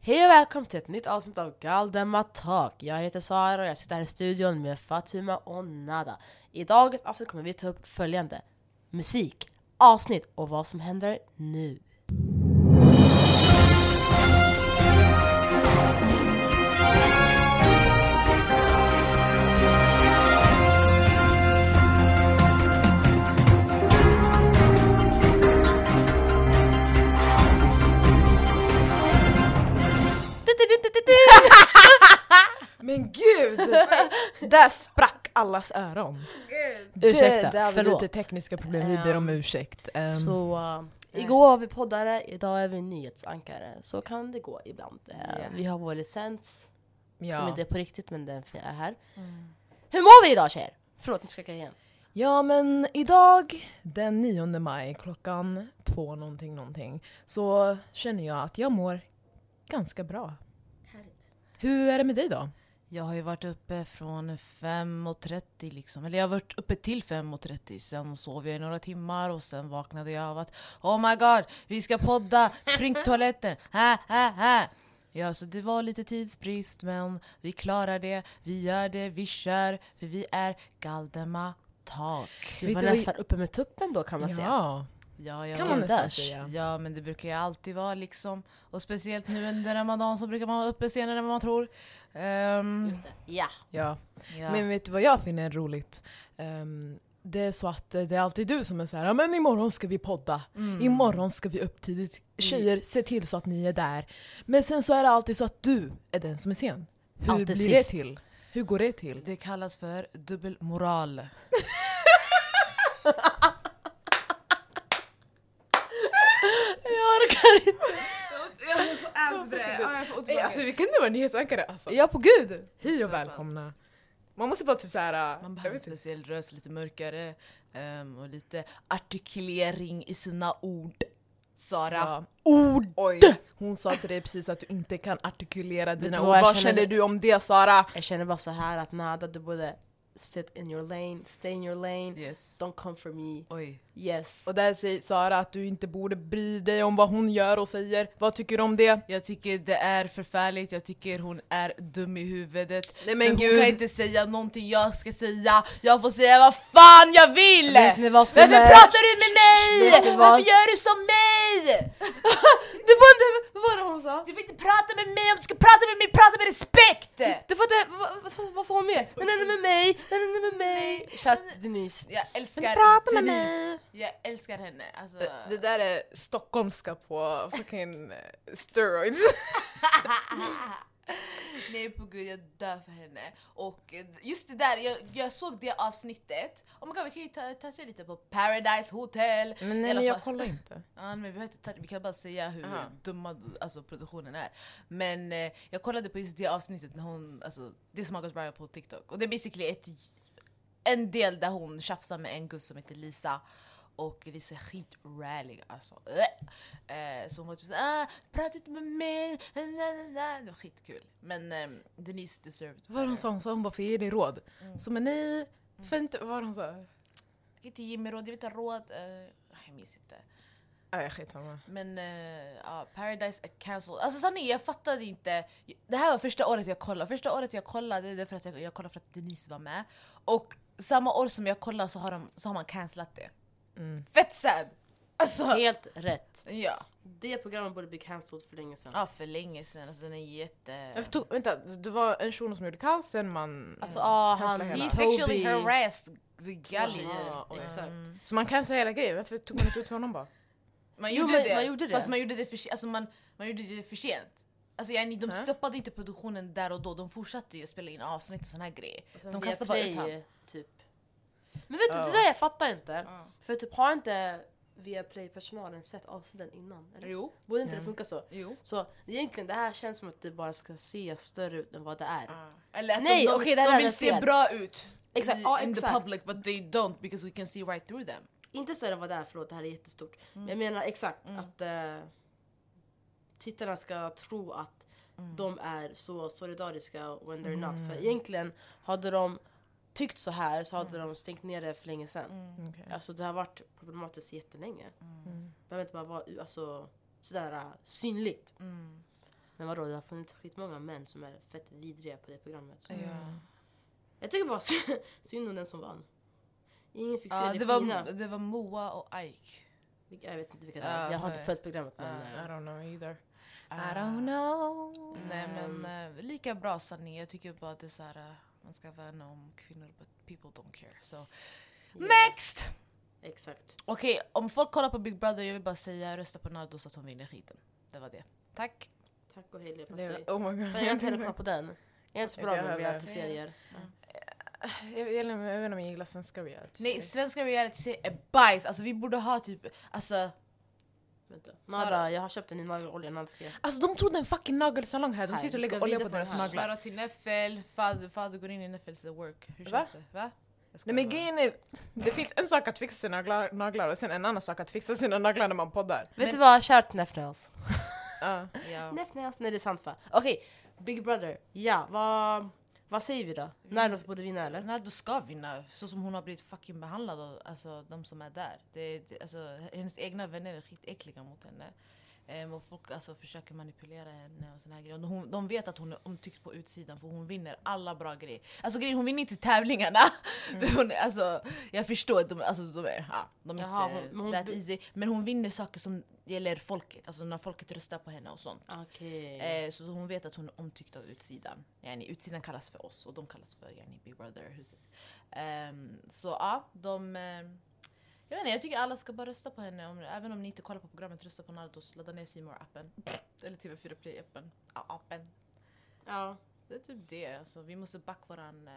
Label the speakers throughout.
Speaker 1: Hej och välkommen till ett nytt avsnitt av Galdemma Talk. Jag heter Sara och jag sitter här i studion med Fatuma och Nada. I dagens avsnitt kommer vi ta upp följande. Musik, avsnitt och vad som händer nu.
Speaker 2: Men gud! Där sprack allas öron.
Speaker 1: Ursäkta,
Speaker 2: det, där hade vi
Speaker 1: förlåt.
Speaker 2: lite tekniska problem, vi ber om ursäkt. Ehm,
Speaker 1: Så eh, igår var vi poddare, idag är vi nyhetsankare. Så kan det gå ibland. Eh,
Speaker 2: Ja.
Speaker 1: Vi har vår licens, som
Speaker 2: ja. Mm.
Speaker 1: inte är på riktigt men den är här. Hur mår vi idag tjejer? Förlåt, nu skrek jag igen.
Speaker 2: ja men idag den 9 maj klockan två någonting någonting så känner jag att jag mår ganska bra. Hur är det med dig då?
Speaker 3: Jag har ju varit uppe från 5.30 liksom. Eller jag har varit uppe till 5.30. Sen sov jag i några timmar och sen vaknade jag av att Oh my god, vi ska podda! Spring till toaletten! Ha, ha, ha. Ja, så det var lite tidsbrist men vi klarar det, vi gör det, vi kör. För vi är Galdemma Tak.
Speaker 1: Du
Speaker 2: Vet
Speaker 1: var
Speaker 2: du vad-
Speaker 1: nästan uppe med tuppen då kan man säga.
Speaker 2: Ja,
Speaker 3: Ja, jag
Speaker 2: kan man
Speaker 1: gud,
Speaker 2: nästan
Speaker 1: äsch.
Speaker 2: säga.
Speaker 3: Ja men det brukar ju alltid vara liksom. Och speciellt nu under ramadan så brukar man vara uppe senare än vad man tror. Ehm,
Speaker 1: Just det. Ja.
Speaker 2: Ja.
Speaker 3: ja.
Speaker 2: Men vet du vad jag finner roligt? Ehm, det är så att eh, det är alltid du som är så här, "Ja, men imorgon ska vi podda.
Speaker 1: Mm.
Speaker 2: Imorgon ska vi upp tidigt. Tjejer, se till så att ni är där. Men sen så är det alltid så att du är den som är sen. Hur
Speaker 1: Alltid
Speaker 2: blir
Speaker 1: sist.
Speaker 2: det till? Hur går det till?
Speaker 3: Det kallas för dubbelmoral.
Speaker 1: Jag orkar inte.
Speaker 3: Jag får ävsbre. Jag får
Speaker 2: alltså, vi kunde vara nyhetsankare alltså.
Speaker 1: Ja på gud!
Speaker 2: Hej och välkomna. Man måste bara typ såhär...
Speaker 3: Man behöver en speciell röst, lite mörkare ehm, och lite artikulering i sina ord. Sara.
Speaker 2: Ja.
Speaker 3: Ord!
Speaker 2: Oj, hon sa till dig precis att du inte kan artikulera dina
Speaker 1: du
Speaker 2: ord.
Speaker 1: vad jag
Speaker 2: Vad
Speaker 1: känner?
Speaker 2: känner du om det Sara?
Speaker 1: Jag känner bara så här att Nada, du borde sit in your lane, stay in your lane,
Speaker 3: Yes.
Speaker 1: don't come for me,
Speaker 3: Oj.
Speaker 1: yes.
Speaker 2: Och där säger Sara att du inte borde bry dig om vad hon gör och säger. Vad tycker du om det?
Speaker 3: Jag tycker det är förfärligt, jag tycker hon är dum i huvudet.
Speaker 2: Nej, men
Speaker 3: För
Speaker 2: gud.
Speaker 3: Hon kan inte säga någonting jag ska säga, jag får säga vad fan jag vill!
Speaker 1: Vet ni vad som
Speaker 3: Varför
Speaker 1: är-
Speaker 3: pratar du med mig?
Speaker 1: Vet ni vad-
Speaker 3: Varför gör du som mig?
Speaker 1: Du får inte, vad var det hon sa?
Speaker 3: Du får inte prata med mig om du ska prata med mig, prata med respekt!
Speaker 1: Du får inte, vad, vad, vad sa hon mer? Den är med mig, den är med mig. Chatt Denise.
Speaker 3: Jag älskar
Speaker 2: prata med
Speaker 3: Denise. Jag älskar henne. Alltså,
Speaker 2: Det, det där är stockholmska på fucking eh, steroids.
Speaker 3: nej på gud jag dör för henne. Och eh, just det där, jag, jag såg det avsnittet. Oh my god vi kan ju ta- toucha lite på Paradise Hotel.
Speaker 2: Men
Speaker 3: I alla fall-
Speaker 2: kollar inte.
Speaker 3: Ja, men vi, behöver inte ta- vi kan bara säga hur
Speaker 2: Aha.
Speaker 3: dumma alltså, produktionen är. Men eh, jag kollade på just det avsnittet när hon, alltså, det som har gått viral på TikTok. Och det är basically ett, en del där hon tjafsar med en guzz som heter Lisa. Och Lisa är skitrallig alltså. Äh. Eh, så hon var typ såhär, ah, prata inte med mig. Na, na, na. Det var skitkul. Men eh, Denise deserved
Speaker 2: Vad var det hon
Speaker 3: better.
Speaker 2: sa? Hon sa hon bara får ge dig råd. Så men ni, för inte, vad var det hon sa?
Speaker 3: Ge till Jimmy råd, jag vill inte ha råd. Eh, jag minns inte.
Speaker 2: Ah, jag skitsamma.
Speaker 3: Men eh, ja, Paradise är cancelled. Alltså sanningen, jag fattade inte. Det här var första året jag kollade. Första året jag kollade, det är för att jag, jag kollade för att Denise var med. Och samma år som jag kollade så har, de, så har man cancellat det.
Speaker 2: Mm.
Speaker 3: Fett sad! Alltså,
Speaker 1: Helt rätt.
Speaker 3: ja.
Speaker 1: Det programmet borde bli cancelled för länge sedan.
Speaker 3: Ja, för länge sedan. Alltså den är jätte...
Speaker 2: Förstod, vänta, det var en shuno som gjorde kaos, sen man...
Speaker 1: Alltså ah, han,
Speaker 2: Cancella hela.
Speaker 3: He
Speaker 2: He
Speaker 3: sexually
Speaker 1: Toby.
Speaker 3: harassed the galleys. Mm.
Speaker 2: Ja, oj.
Speaker 1: Exakt.
Speaker 2: Så man kan säga hela grejen, varför tog man inte ut honom bara?
Speaker 3: Man
Speaker 1: Jo,
Speaker 3: gjorde,
Speaker 1: men
Speaker 3: det,
Speaker 1: man gjorde det.
Speaker 3: fast man gjorde det för, se- alltså man, man gjorde det för sent. Alltså, yani, de
Speaker 2: Hä?
Speaker 3: stoppade inte produktionen där och då, de fortsatte ju att spela in avsnitt och såna här grejer. De
Speaker 1: Via
Speaker 3: kastade bara ut
Speaker 1: Play,
Speaker 3: honom.
Speaker 1: typ. Men vet du, det
Speaker 2: Ja.
Speaker 1: där jag fattar inte.
Speaker 3: Ja.
Speaker 1: För typ har inte via personalen sett avsnitten innan? Eller?
Speaker 3: Jo,
Speaker 1: Borde inte det
Speaker 2: Ja.
Speaker 1: funka så?
Speaker 3: jo.
Speaker 1: Så egentligen det här känns som att det bara ska se större ut än vad det är.
Speaker 3: Eller att
Speaker 1: Ah. Nej,
Speaker 3: de, de,
Speaker 1: okej, det här
Speaker 3: de
Speaker 1: är
Speaker 3: vill
Speaker 1: det
Speaker 3: se
Speaker 1: fel.
Speaker 3: bra ut
Speaker 1: Exakt,
Speaker 3: i-
Speaker 1: ja,
Speaker 3: in
Speaker 1: exakt.
Speaker 3: the public but they don't because we can see right through them.
Speaker 1: Inte större än vad det är, förlåt det här är jättestort.
Speaker 3: Mm.
Speaker 1: Men jag menar exakt att eh, tittarna ska tro att
Speaker 3: Mm.
Speaker 1: de är så solidariska when they're not.
Speaker 3: Mm.
Speaker 1: För egentligen hade de tyckt så här så hade
Speaker 3: Mm.
Speaker 1: de stängt ner det för länge sedan.
Speaker 2: Mm,
Speaker 1: Alltså det har varit problematiskt jättelänge. Behöver inte bara vara alltså, sådär eh, synligt. Men vadå, det har funnits skitmånga män som är fett vidriga på det programmet. Så.
Speaker 3: Ja.
Speaker 1: Jag tycker bara sy- synd om den som vann. Ingen fick se
Speaker 3: Ja,
Speaker 1: det,
Speaker 3: det, var,
Speaker 1: fina.
Speaker 3: det var Moa och Ike.
Speaker 1: Vilka- Jag vet inte vilka det
Speaker 3: Ja,
Speaker 1: är. Jag har inte
Speaker 3: nej.
Speaker 1: följt programmet men...
Speaker 3: Ja.
Speaker 1: eh,
Speaker 2: I don't know either.
Speaker 3: I don't know. Ah. Nej men eh, lika bra sanning. Jag tycker bara att det är så här, eh, man ska värna om kvinnor but people don't care. So. Next!
Speaker 1: Exakt.
Speaker 3: Okej, om folk kollar på Big Brother, jag vill bara säga rösta på Nardo så att hon vinner skiten. Det var det. Tack.
Speaker 1: Tack och hej leverpastej.
Speaker 2: Det, oh my god.
Speaker 1: Sen jag har inte heller kollat på den. Jag är inte så bra
Speaker 2: Inte jag
Speaker 1: med
Speaker 2: heller.
Speaker 1: reality-serier.
Speaker 2: jag, jag, jag vet inte om jag gillar svenska reality.
Speaker 3: Nej, svenska reality är bajs. Alltså vi borde ha typ, alltså
Speaker 1: Vänta. Nada, jag har köpt en ny nagelolja Nada ska jag.
Speaker 2: Alltså de trodde en fucking nagelsalong här, de
Speaker 1: Här,
Speaker 2: sitter och
Speaker 1: vi ska
Speaker 2: lägger olja
Speaker 1: vrida
Speaker 2: på
Speaker 1: på den
Speaker 2: deras
Speaker 1: här.
Speaker 2: naglar.
Speaker 3: Shoutout till Neffel, fader, fader går in i Neffels work. Hur känns
Speaker 2: Va?
Speaker 3: det? Va? Jag skojar
Speaker 2: Nej men
Speaker 3: bara.
Speaker 2: grejen är, det finns en sak att fixa sina naglar, naglar och sen en annan sak att fixa sina naglar när man poddar.
Speaker 1: Vet du vad, kör Neffnails.
Speaker 2: Ja.
Speaker 3: Ja.
Speaker 1: Neffnails, nej det är sant va. Okej, Big Brother. Ja, vad, vad säger vi då?
Speaker 3: Mm.
Speaker 1: Närlåt borde vinna eller?
Speaker 3: Nej, du ska vinna. Så som hon har blivit fucking behandlad av alltså, de som är där. Det, det, alltså, hennes egna vänner är skitäckliga mot henne. Ehm, och folk alltså, försöker manipulera henne och såna här grejer. Och hon, de vet att hon är omtyckt på utsidan för hon vinner alla bra grejer. Alltså grejen, hon vinner inte tävlingarna.
Speaker 1: Mm.
Speaker 3: Hon, är- alltså, jag förstår att de, alltså, de är, ja, de är
Speaker 1: Jaha,
Speaker 3: inte
Speaker 1: hon- hon-
Speaker 3: that easy. Men hon vinner saker som gäller folket. Alltså när folket röstar på henne och sånt.
Speaker 1: Okej.
Speaker 3: Eh, så hon vet att hon är omtyckt av utsidan. Yani, utsidan kallas för oss och de kallas för yani, Big Brother-huset. Ehm, så ja, de... ehm, jag vet inte, jag tycker alla ska bara rösta på henne. Om, även om ni inte kollar på programmet, rösta på Nardos. Ladda ner C more appen Eller TV4 Play-appen. Ja, appen.
Speaker 1: Ja.
Speaker 3: Det är typ det. Alltså, vi måste backa varann. eh.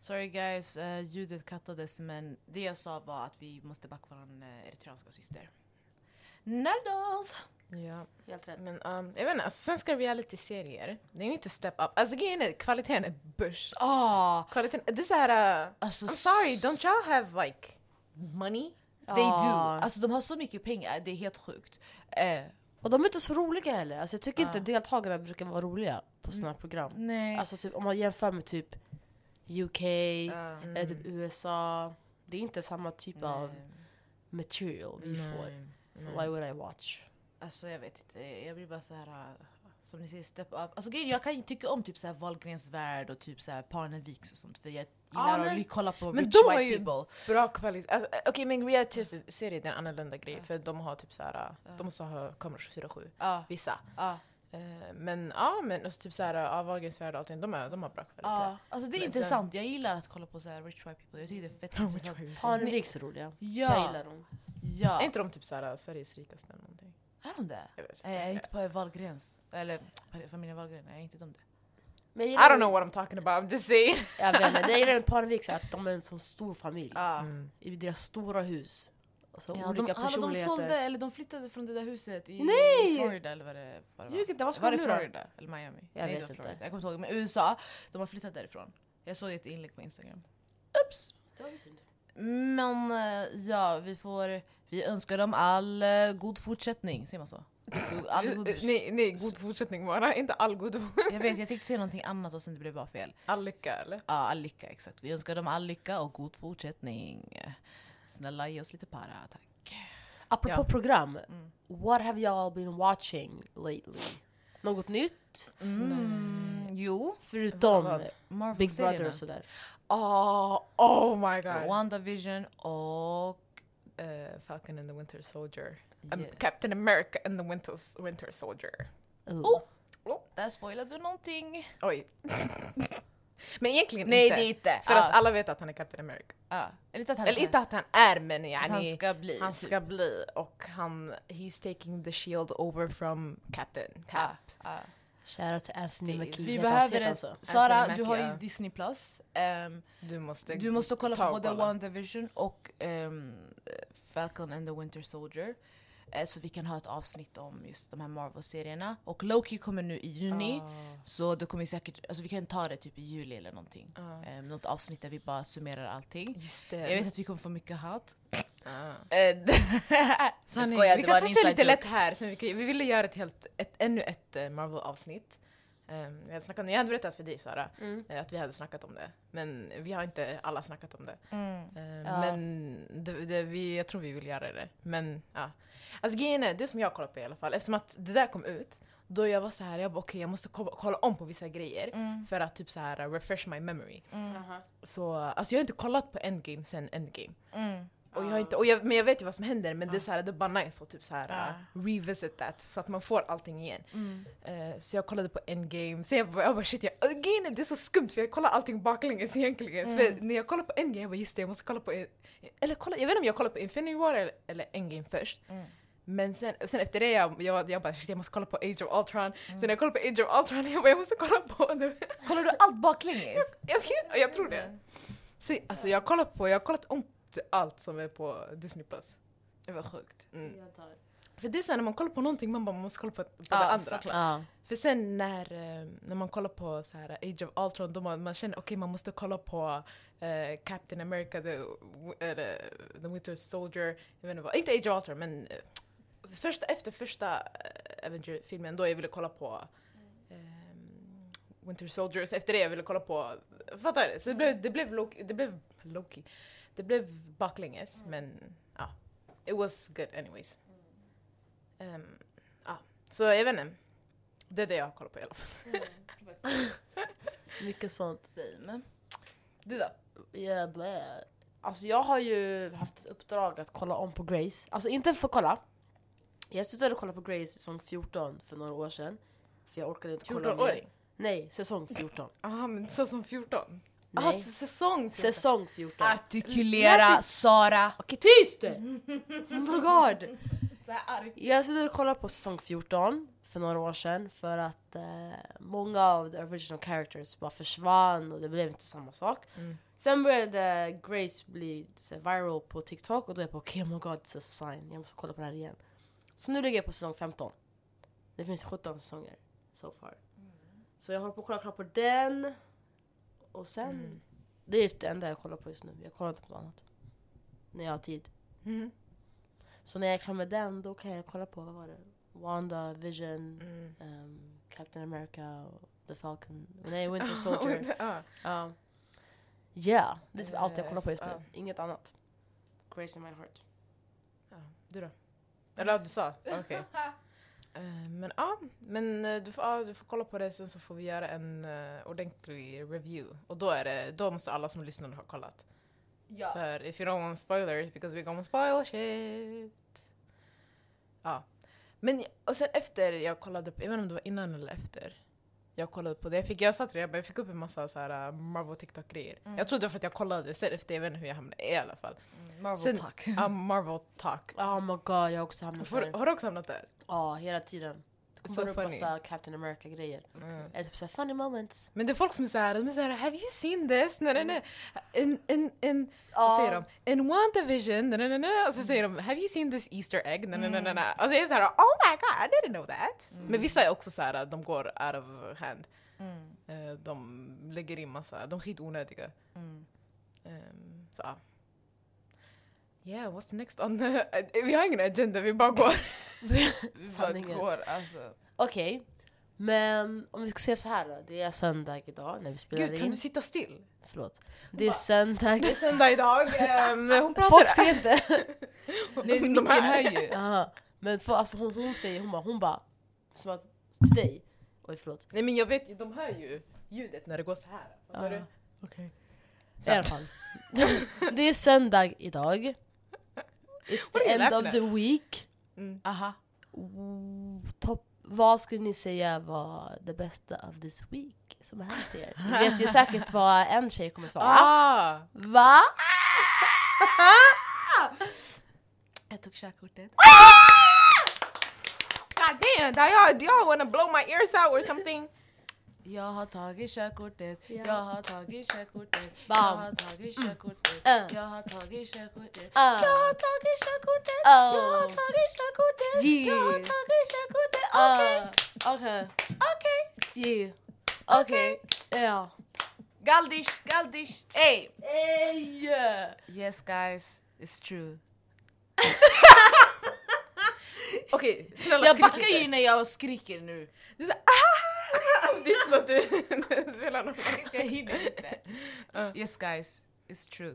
Speaker 3: Sorry guys, eh, ljudet kattades men det jag sa var att vi måste backa varann eh, eritreanska syster. Nardos!
Speaker 2: Ja,
Speaker 1: Helt rätt.
Speaker 2: men um, jag vet inte, alltså, svenska reality-serier, they need to step up. Alltså grejen är, kvaliteten är börs.
Speaker 3: Ah!
Speaker 2: Kvaliteten, det är såhär, uh,
Speaker 3: Alltså,
Speaker 2: I'm sorry, don't y'all have like money?
Speaker 3: They do.
Speaker 1: Ja.
Speaker 3: Alltså de har så mycket pengar, det är helt sjukt. Eh,
Speaker 1: Och de är inte så roliga heller. Alltså jag tycker inte deltagarna brukar vara roliga på såna här program.
Speaker 3: nej.
Speaker 1: Alltså typ, om man jämför med typ UK,
Speaker 2: Mm. Uh,
Speaker 1: eh, typ USA. Det är inte samma typ av material vi får. Så why would I watch?
Speaker 3: alltså jag vet inte, jag blir bara så här äh, som ni säger, step up. Alltså grejen jag kan ju tycka om typ så här Wahlgrens värld och typ så här Parneviks och sånt för jag gillar
Speaker 2: men-
Speaker 3: att ly- kolla på
Speaker 2: men
Speaker 3: rich
Speaker 2: de har
Speaker 3: white
Speaker 2: ju-
Speaker 3: people.
Speaker 2: Bra kvalitet. Alltså, Okej men reality-serier det är en annorlunda grej för de har typ såhär, uh, de måste ha kameror 24-7.
Speaker 3: Ja,
Speaker 2: Vissa.
Speaker 3: ja,
Speaker 2: Eh, men ja, men alltså, typ såhär, ja, Wahlgrens värld och allting, de, är, de har bra kvalitet.
Speaker 3: ja. Alltså det är
Speaker 2: Men
Speaker 3: intressant, jag gillar att kolla på så här rich white people. Jag tycker det är fett intressant.
Speaker 1: Parneviks är roliga. Jag
Speaker 3: Ja,
Speaker 1: gillar dem.
Speaker 3: ja.
Speaker 2: Är inte de typ såhär Sveriges rikaste eller någonting?
Speaker 3: Är de det?
Speaker 2: Jag vet inte.
Speaker 3: Eh, Jag är inte på Wahlgrens, eller familjen Wahlgren, jag är inte de det.
Speaker 1: Men jag
Speaker 2: I
Speaker 1: gillar
Speaker 2: don't know what I'm talking about, I'm just saying.
Speaker 1: Jag vet inte, det jag gillar med Parneviks är att de är en så stor familj.
Speaker 3: Ja.
Speaker 2: Mm.
Speaker 1: I deras stora hus. Alltså
Speaker 3: Ja, de,
Speaker 1: olika
Speaker 3: alla de
Speaker 1: personligheter.
Speaker 3: sålde, eller de flyttade från det där huset i
Speaker 1: Nej!
Speaker 3: Florida eller vad det vad det var.
Speaker 2: Ljug inte, vad ska
Speaker 3: var
Speaker 2: de
Speaker 3: det
Speaker 2: nu då?
Speaker 3: Florida eller Miami?
Speaker 1: Jag
Speaker 3: Nej,
Speaker 1: vet
Speaker 3: det var
Speaker 1: inte.
Speaker 3: Florida. Jag kommer inte ihåg, men USA, de har flyttat därifrån. Jag såg ett inlägg på Instagram. Oops!
Speaker 1: Det var ju synd.
Speaker 3: Men eh, ja, vi får, vi önskar dem all eh, god fortsättning, säger man så? Så All god,
Speaker 2: nej, nej, god fortsättning bara, inte all god
Speaker 3: jag vet, jag tänkte säga någonting annat och sen det blev bara fel.
Speaker 2: All lycka eller?
Speaker 3: Ja, all lycka, exakt. Vi önskar dem all lycka och god fortsättning. Snälla ge oss lite para, tack.
Speaker 1: Apropå
Speaker 2: Ja.
Speaker 1: program, what have y'all been watching lately? Något nytt?
Speaker 3: Mm, jo,
Speaker 1: Förutom
Speaker 2: Vad- vad?
Speaker 3: Marvel
Speaker 1: Big Brother och sådär.
Speaker 2: Oh, oh my god!
Speaker 3: WandaVision och...
Speaker 2: Eh, Falcon and the Winter Soldier. Um, Captain America and the Winter, Winter Soldier.
Speaker 1: Oh.
Speaker 3: Där spoilade du någonting.
Speaker 2: Oj. men egentligen
Speaker 3: Nej
Speaker 2: inte.
Speaker 3: det är inte.
Speaker 2: För
Speaker 3: Ja,
Speaker 2: att alla vet att han är Captain America.
Speaker 3: ja. Eller inte att han,
Speaker 2: Eller inte att han är men yani,
Speaker 3: att han ska bli.
Speaker 2: han
Speaker 3: typ.
Speaker 2: ska bli och han, he's taking the shield over from Captain. Cap.
Speaker 3: Ja, ja.
Speaker 1: Shoutout till Anthony
Speaker 2: Det-
Speaker 1: Mackie.
Speaker 3: Vi
Speaker 1: heter hans
Speaker 3: behöver
Speaker 1: heta
Speaker 3: ett...
Speaker 1: alltså.
Speaker 3: Sara,
Speaker 2: Anthony
Speaker 3: du har ju
Speaker 2: Mackie, ja.
Speaker 3: Disney+. Plus. Ehm,
Speaker 2: Du måste
Speaker 3: du måste kolla
Speaker 2: ta
Speaker 3: på
Speaker 2: och
Speaker 3: både WandaVision och ehm, Falcon and the Winter Soldier. Eh, så vi kan ha ett avsnitt om just de här Marvel-serierna. Och Loki kommer nu i juni.
Speaker 2: Ah.
Speaker 3: Så det kommer säkert, alltså vi kan ta det typ i juli eller någonting.
Speaker 2: Ja.
Speaker 3: Ehm, något avsnitt där vi bara summerar allting.
Speaker 2: Eh, Just
Speaker 3: Jag
Speaker 2: det.
Speaker 3: vet att vi kommer få mycket hat.
Speaker 2: Ah.
Speaker 3: Jag
Speaker 2: Sanning.
Speaker 3: skojar,
Speaker 2: vi
Speaker 3: det
Speaker 2: kan
Speaker 3: var en
Speaker 2: toucha lite
Speaker 3: inside joke.
Speaker 2: lätt här, sen vi, kan, vi ville göra ett helt, ett, ännu ett eh, Marvel-avsnitt. Um, vi hade snackat om, jag hade berättat för dig Sara, eh, att vi hade snackat om det. Men vi har inte alla snackat om det.
Speaker 3: Mm.
Speaker 2: Eh,
Speaker 1: Ja.
Speaker 2: Men det, det, vi, jag tror vi vill göra det. Men ja. Alltså grejen är, det som jag kollar på i alla fall, eftersom att det där kom ut Då jag var så här, jag bara okej jag måste ko- kolla om på vissa grejer
Speaker 3: Mm.
Speaker 2: för att typ så här refresh my memory.
Speaker 1: Aha.
Speaker 2: Så alltså jag har inte kollat på endgame sen endgame.
Speaker 3: Mm.
Speaker 2: Och jag
Speaker 1: Ah.
Speaker 2: har inte, och jag, men jag vet ju vad som händer men det är så här, det är bara nice att typ så här,
Speaker 3: Ah.
Speaker 2: uh, revisit that så att man får allting igen.
Speaker 3: Mm.
Speaker 2: Eh, så jag kollade på endgame, sen jag bara, jag bara shit, jag, och grejen är, det är så skumt för jag kollar allting baklänges egentligen.
Speaker 3: Mm.
Speaker 2: För när jag kollar på endgame, jag bara just det jag måste kolla på, en- eller kolla, jag vet inte om jag kollar på Infinity War eller, eller endgame först.
Speaker 3: Mm.
Speaker 2: Men sen, sen efter det jag, jag, jag bara shit jag måste kolla på Age of Ultron. Sen när jag kollar på Age of Ultron, jag bara jag måste kolla på det.
Speaker 3: Kollar du allt baklänges?
Speaker 2: Jag, vet- jag tror
Speaker 3: Mm.
Speaker 2: det. Så, alltså jag har kollat på, jag har kollat om allt som är på Disney+. Plus.
Speaker 3: Det var sjukt.
Speaker 2: Mm.
Speaker 1: Jag tar.
Speaker 2: För det är såhär när man kollar på någonting, man bara man måste kolla på, på det
Speaker 3: Ja,
Speaker 2: andra.
Speaker 3: såklart.
Speaker 2: För sen när, eh, när man kollar på så här, Age of Ultron, då man, man känner okej man måste kolla på eh, Captain America, the, eller the Winter Soldier, jag vet inte vad, inte Age of Ultron men eh, första, efter första eh, Avenger-filmen då jag ville kolla på ehm, Winter Soldier, så efter det jag ville kolla på, fattar du? Så det blev, det blev Loki, det blev, Loki. Det blev baklänges men ja, it was good anyways. Ehm, ja, så jag vet inte. Det är det jag kollar på i alla fall.
Speaker 1: Mycket sånt.
Speaker 3: Same. Du då?
Speaker 1: Yeah, blä. Alltså jag har ju haft ett uppdrag att kolla om på Grace. Alltså inte för att kolla. Jag slutade kolla på Grace säsong 14 för några år sedan. För jag orkade inte kolla
Speaker 2: 14
Speaker 1: mer.
Speaker 2: år?
Speaker 1: Nej, säsong 14.
Speaker 2: Jaha, men säsong 14?
Speaker 1: Nej.
Speaker 2: Jaha, s- Alltså, säsong 14?
Speaker 1: Säsong 14.
Speaker 3: Ah, Artikulera Sara.
Speaker 1: Okej tyst! Oh my god!
Speaker 3: Så här arg.
Speaker 1: Jag slutade kolla på säsong 14 för några år sedan för att eh, många av the original characters bara försvann och det blev inte samma sak.
Speaker 3: Mm.
Speaker 1: Sen började Grace bli så här, viral på TikTok och då är jag på okej oh my god it's a sign, jag måste kolla på det här igen. Så nu ligger jag på säsong 15. Det finns 17 säsonger so far.
Speaker 3: Mm.
Speaker 1: Så jag håller på att kolla klart på den. Och sen,
Speaker 3: Mm.
Speaker 1: det är typ det enda jag kollar på just nu. Jag kollar inte på något annat. När jag har tid.
Speaker 2: Mm.
Speaker 1: Så när jag är klar med den, då kan jag kolla på, vad var det? Wanda, Vision,
Speaker 2: Mm.
Speaker 1: ehm, Captain America, och The Falcon, nej Winter Soldier.
Speaker 2: ja.
Speaker 1: Ja. yeah, det är typ allt jag
Speaker 2: Eh,
Speaker 1: kollar på just nu.
Speaker 2: ja.
Speaker 1: Inget annat. Grace in my heart.
Speaker 2: Ja, Du då? Eller ja, du sa? Ah, Okej. Eh, men ja, men eh, du, får, ja, du får kolla på det sen så får vi göra en eh, ordentlig review. Och då, är det, då måste alla som lyssnar ha kollat.
Speaker 3: Ja.
Speaker 2: För if you don't want spoilers because we're gonna spoil shit. Ja. Men och sen efter jag kollade upp, jag vet inte om det var innan eller efter. Jag kollade på det, jag, fick, jag satt redan, jag fick upp en massa så här uh, Marvel TikTok-grejer. Jag trodde det var för att jag kollade, sen efter jag vet inte hur jag hamnade i alla fall.
Speaker 3: Mm, Marvel
Speaker 2: Sen-
Speaker 3: tack.
Speaker 2: Ja, Marvel talk.
Speaker 1: Oh my god, jag har också hamnat
Speaker 2: Får,
Speaker 1: där.
Speaker 2: har du också hamnat där?
Speaker 1: Ja, hela tiden. Det
Speaker 2: So
Speaker 1: kommer upp
Speaker 2: funny.
Speaker 1: massa Captain America-grejer.
Speaker 2: Mm.
Speaker 1: Eller typ såhär funny moments.
Speaker 2: Men det är folk som är såhär, de är såhär “Have you seen this?” nej, nej, nej. En, en, en, vad säger de? “In WandaVision?” nej, nej, nej, nej. Och så säger de “Have you seen this Easter egg?” nej, nej, nej, nej, nej. Och så är det såhär “Oh my god, I didn't know that!” Men vissa är också såhär, de går out of hand.
Speaker 3: Mm.
Speaker 2: Eh, De lägger in massa, de är skitonödiga.
Speaker 3: Mm.
Speaker 2: Ehm, Så ja. Yeah, what's next on the... eh, Vi har ingen agenda, vi bara går. Vi bara
Speaker 1: Sanningen.
Speaker 2: går alltså.
Speaker 1: Okej, men om vi ska säga så här då. Det är söndag idag när vi spelar
Speaker 2: Gud, kan
Speaker 1: in.
Speaker 2: du sitta still?
Speaker 1: Förlåt. Det är söndag.
Speaker 2: Det är söndag idag, ehm, hon pratar...
Speaker 1: Folk ser inte.
Speaker 3: Nej,
Speaker 2: De
Speaker 3: micken
Speaker 2: här.
Speaker 3: hör ju.
Speaker 1: Ja, men för, alltså, hon, hon säger, hon bara, hon bara, som att till dig. Oj förlåt.
Speaker 2: Nej men jag vet ju, de hör ju ljudet när det går så här.
Speaker 3: Ah.
Speaker 2: Fattar du?
Speaker 1: Okej. I alla fall. det är söndag idag. It's
Speaker 2: What are
Speaker 1: the
Speaker 2: you
Speaker 1: end
Speaker 2: laughing
Speaker 1: of the week.
Speaker 3: Aha.
Speaker 1: Mm, Topp, vad skulle ni säga var det bästa av this week som har hänt er? Ni vet ju säkert vad en tjej kommer svara.
Speaker 2: Ah!
Speaker 1: Va?
Speaker 3: Jag tog körkortet.
Speaker 2: God damn, do y'all, do y'all wanna blow my ears out or something?
Speaker 3: Jag har tagit körkortet,
Speaker 1: Ja.
Speaker 3: jag har tagit körkortet,
Speaker 1: Bam.
Speaker 3: jag har tagit körkortet,
Speaker 1: Mm.
Speaker 3: jag har tagit körkortet,
Speaker 1: Ah.
Speaker 3: jag har tagit körkortet, jag
Speaker 1: Ah.
Speaker 3: har tagit körkortet, jag har
Speaker 1: Yes.
Speaker 3: tagit körkortet, okej,
Speaker 1: Ah, Okej.
Speaker 3: okej,
Speaker 1: Yeah. Okej. Ja.
Speaker 3: galdish, galdish, ey!
Speaker 1: Ey!
Speaker 3: Yes guys, it's true.
Speaker 2: Okej, snälla typ
Speaker 3: Jag
Speaker 2: skrik
Speaker 3: backar
Speaker 2: inte.
Speaker 3: ju när jag skriker nu.
Speaker 2: Det är så här, ah! Det är inte så att du spelar någon
Speaker 3: Jag hinner inte.
Speaker 2: Ja.
Speaker 3: Yes guys, it's true.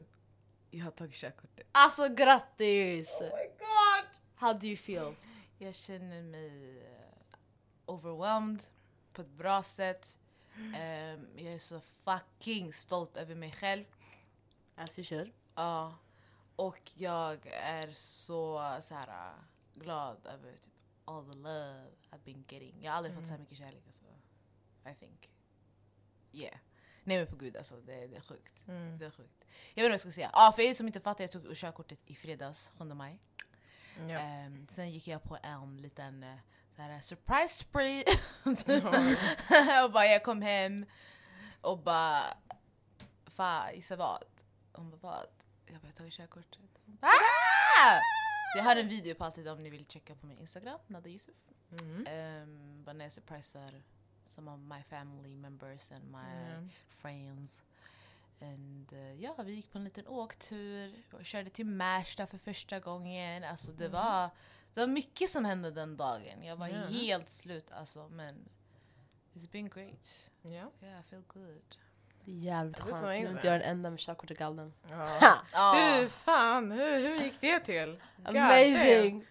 Speaker 3: Jag har tagit körkortet.
Speaker 1: Alltså grattis!
Speaker 2: my god!
Speaker 1: How do you feel?
Speaker 3: Jag känner mig eh, overwhelmed på ett bra sätt. Ehm, jag är så fucking stolt över mig själv.
Speaker 1: As you should.
Speaker 3: Ja. Och jag är så, så här, eh, glad över typ, all the love I've been getting. Jag har aldrig fått så här mycket kärlek. Alltså. I think. Yeah. Nej men på gud alltså, det, det är sjukt.
Speaker 2: Mm,
Speaker 3: Det är sjukt. Jag vet inte vad jag ska säga. Ja, för er som inte fattar, jag tog körkortet i fredags, 7 maj.
Speaker 2: Ja.
Speaker 3: Ehm, sen gick jag på en liten eh, så här, surprise spree. typ. och bara, jag kom hem och bara, fan gissa vad? Hon bara, vad? Jag bara, jag har tagit körkortet. Hon bara, "Ah!" Så jag har en video på alltid om ni vill checka på min Instagram, Nada Yusuf.
Speaker 2: Mm.
Speaker 3: Um, bara när jag surprisar some of my family members and my
Speaker 2: Mm,
Speaker 3: friends. And, eh, ja, vi gick på en liten åktur och körde till Märsta för första gången. Alltså, det, var, det var mycket som hände den dagen. Jag var
Speaker 2: Ja.
Speaker 3: helt slut alltså, men it's been great.
Speaker 2: Ja.
Speaker 3: Yeah, I feel good.
Speaker 1: Det är jävligt
Speaker 2: Det är så
Speaker 1: skönt. Nu är
Speaker 2: enkelt.
Speaker 1: inte jag den enda med körkort i galden.
Speaker 2: Ja.
Speaker 1: Ha!
Speaker 2: Ah.
Speaker 3: Ja,
Speaker 4: Hur fan, hur, hur gick det till? God damn.
Speaker 1: Amazing!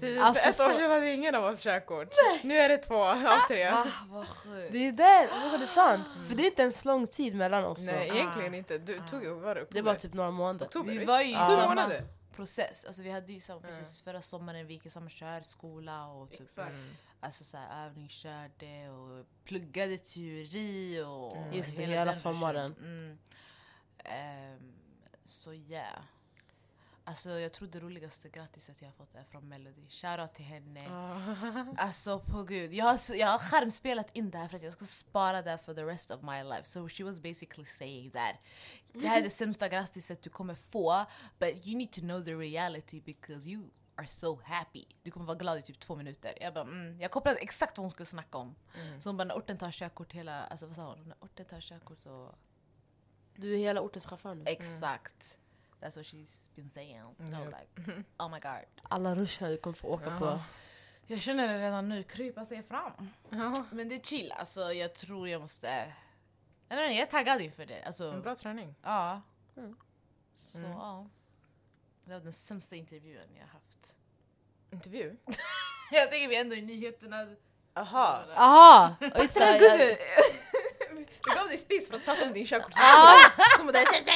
Speaker 4: Typ
Speaker 1: Alltså,
Speaker 4: ett år
Speaker 1: så-
Speaker 4: sedan hade ingen av oss körkort. Nu är det två av tre.
Speaker 3: ah, vad sjukt.
Speaker 1: Det är det! Oh, det är sant! För det är inte ens lång tid mellan oss två.
Speaker 4: Nej,
Speaker 3: Ah.
Speaker 4: egentligen inte. Du tog ju bara oktober.
Speaker 1: Det var typ några månader.
Speaker 4: oktober.
Speaker 3: Vi
Speaker 4: visst?
Speaker 3: var ju i
Speaker 4: Sju
Speaker 3: samma-
Speaker 4: månader.
Speaker 3: Process, alltså vi hade ju samma process förra sommaren, vi gick i samma körskola och typ
Speaker 4: Exakt.
Speaker 3: alltså så här, övningskörde och pluggade teori och
Speaker 2: Mm.
Speaker 1: Just det,
Speaker 3: hela
Speaker 1: hela
Speaker 3: den
Speaker 1: sommaren.
Speaker 3: försörj- Mm. Ehm, så yeah. Alltså jag tror det roligaste grattiset jag har fått är från Melody. Shoutout till henne.
Speaker 2: Ah.
Speaker 3: Alltså på gud, jag har, jag har skärmspelat in det här för att jag ska spara det här for the rest of my life. So she was basically saying that det här är det sämsta grattiset du kommer få, but you need to know the reality because you are so happy. Du kommer vara glad i typ två minuter. Jag bara, mm. Jag kopplade exakt vad hon skulle snacka om. Så hon bara, när orten tar körkort hela, alltså vad sa hon? När orten tar körkort och...
Speaker 1: Du är hela ortens chaufför nu.
Speaker 3: Exakt. That's what she's been saying. And I was like, oh my god.
Speaker 1: Alla ruscherna du kommer få åka på.
Speaker 3: Jag känner det redan nu krypa sig fram. Men det är chill, alltså jag tror jag måste... Jag, vet inte, jag är taggad inför det.
Speaker 4: En
Speaker 2: Mm,
Speaker 3: Alltså,
Speaker 4: bra träning.
Speaker 3: ja.
Speaker 1: Mm.
Speaker 3: Så ja. Det var den sämsta intervjun jag haft.
Speaker 4: Intervju.
Speaker 3: Jag tänker vi är ändå i nyheterna.
Speaker 4: Aha.
Speaker 1: Aha! Och just det, jag-
Speaker 4: Gud, jag gav dig spis för att prata om din körkort.
Speaker 1: Ah,
Speaker 4: Som det är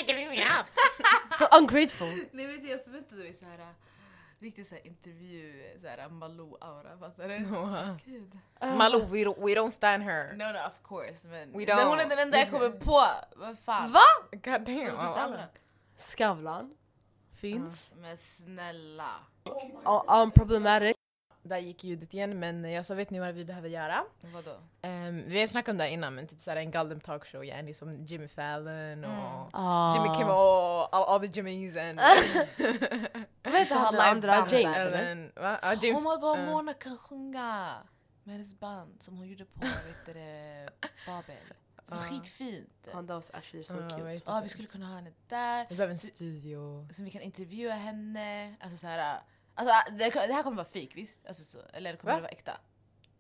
Speaker 1: så ungrateful!
Speaker 3: Nej vet du, jag förväntade mig så här äh, riktigt så här intervju, så här äh, Malou-aura. Fattar du?
Speaker 2: Mm.
Speaker 3: Gud.
Speaker 4: Malou, we don't, we don't stand her.
Speaker 3: No no of course men,
Speaker 4: We
Speaker 3: men hon är
Speaker 4: don't.
Speaker 3: den enda jag kommer på. Vad fan?
Speaker 1: Va?
Speaker 4: God damn.
Speaker 3: Det finns andra.
Speaker 1: Skavlan finns.
Speaker 3: Men snälla.
Speaker 1: Uh. Unproblematic.
Speaker 4: Där gick ljudet igen, men jag sa vet ni vad vi behöver göra?
Speaker 3: Vadå?
Speaker 4: Ehm, vi har snackat om det här innan, men typ såhär en galden talkshow, yani som Jimmy Fallon och
Speaker 1: Ah.
Speaker 4: Jimmy Kimmel och all, all the Jimmys and...
Speaker 1: Vad heter han den
Speaker 3: Alla
Speaker 1: andra?
Speaker 3: band
Speaker 1: James eller?
Speaker 4: Ellen, va? Ja, James.
Speaker 3: oh my god
Speaker 4: eh,
Speaker 3: Mona kan sjunga! Med hennes band som hon gjorde på vet du, det, Babel. Det var skitfint.
Speaker 1: Han där was actually so
Speaker 4: Ja, jag
Speaker 1: cute.
Speaker 4: vet
Speaker 3: Ja,
Speaker 4: inte.
Speaker 3: vi skulle kunna ha henne där.
Speaker 4: Vi behöver en studio.
Speaker 3: som vi kan intervjua henne. Alltså så här, alltså, det, det här kommer vara fake visst? Alltså, så, eller kommer
Speaker 4: Va?
Speaker 3: det vara äkta?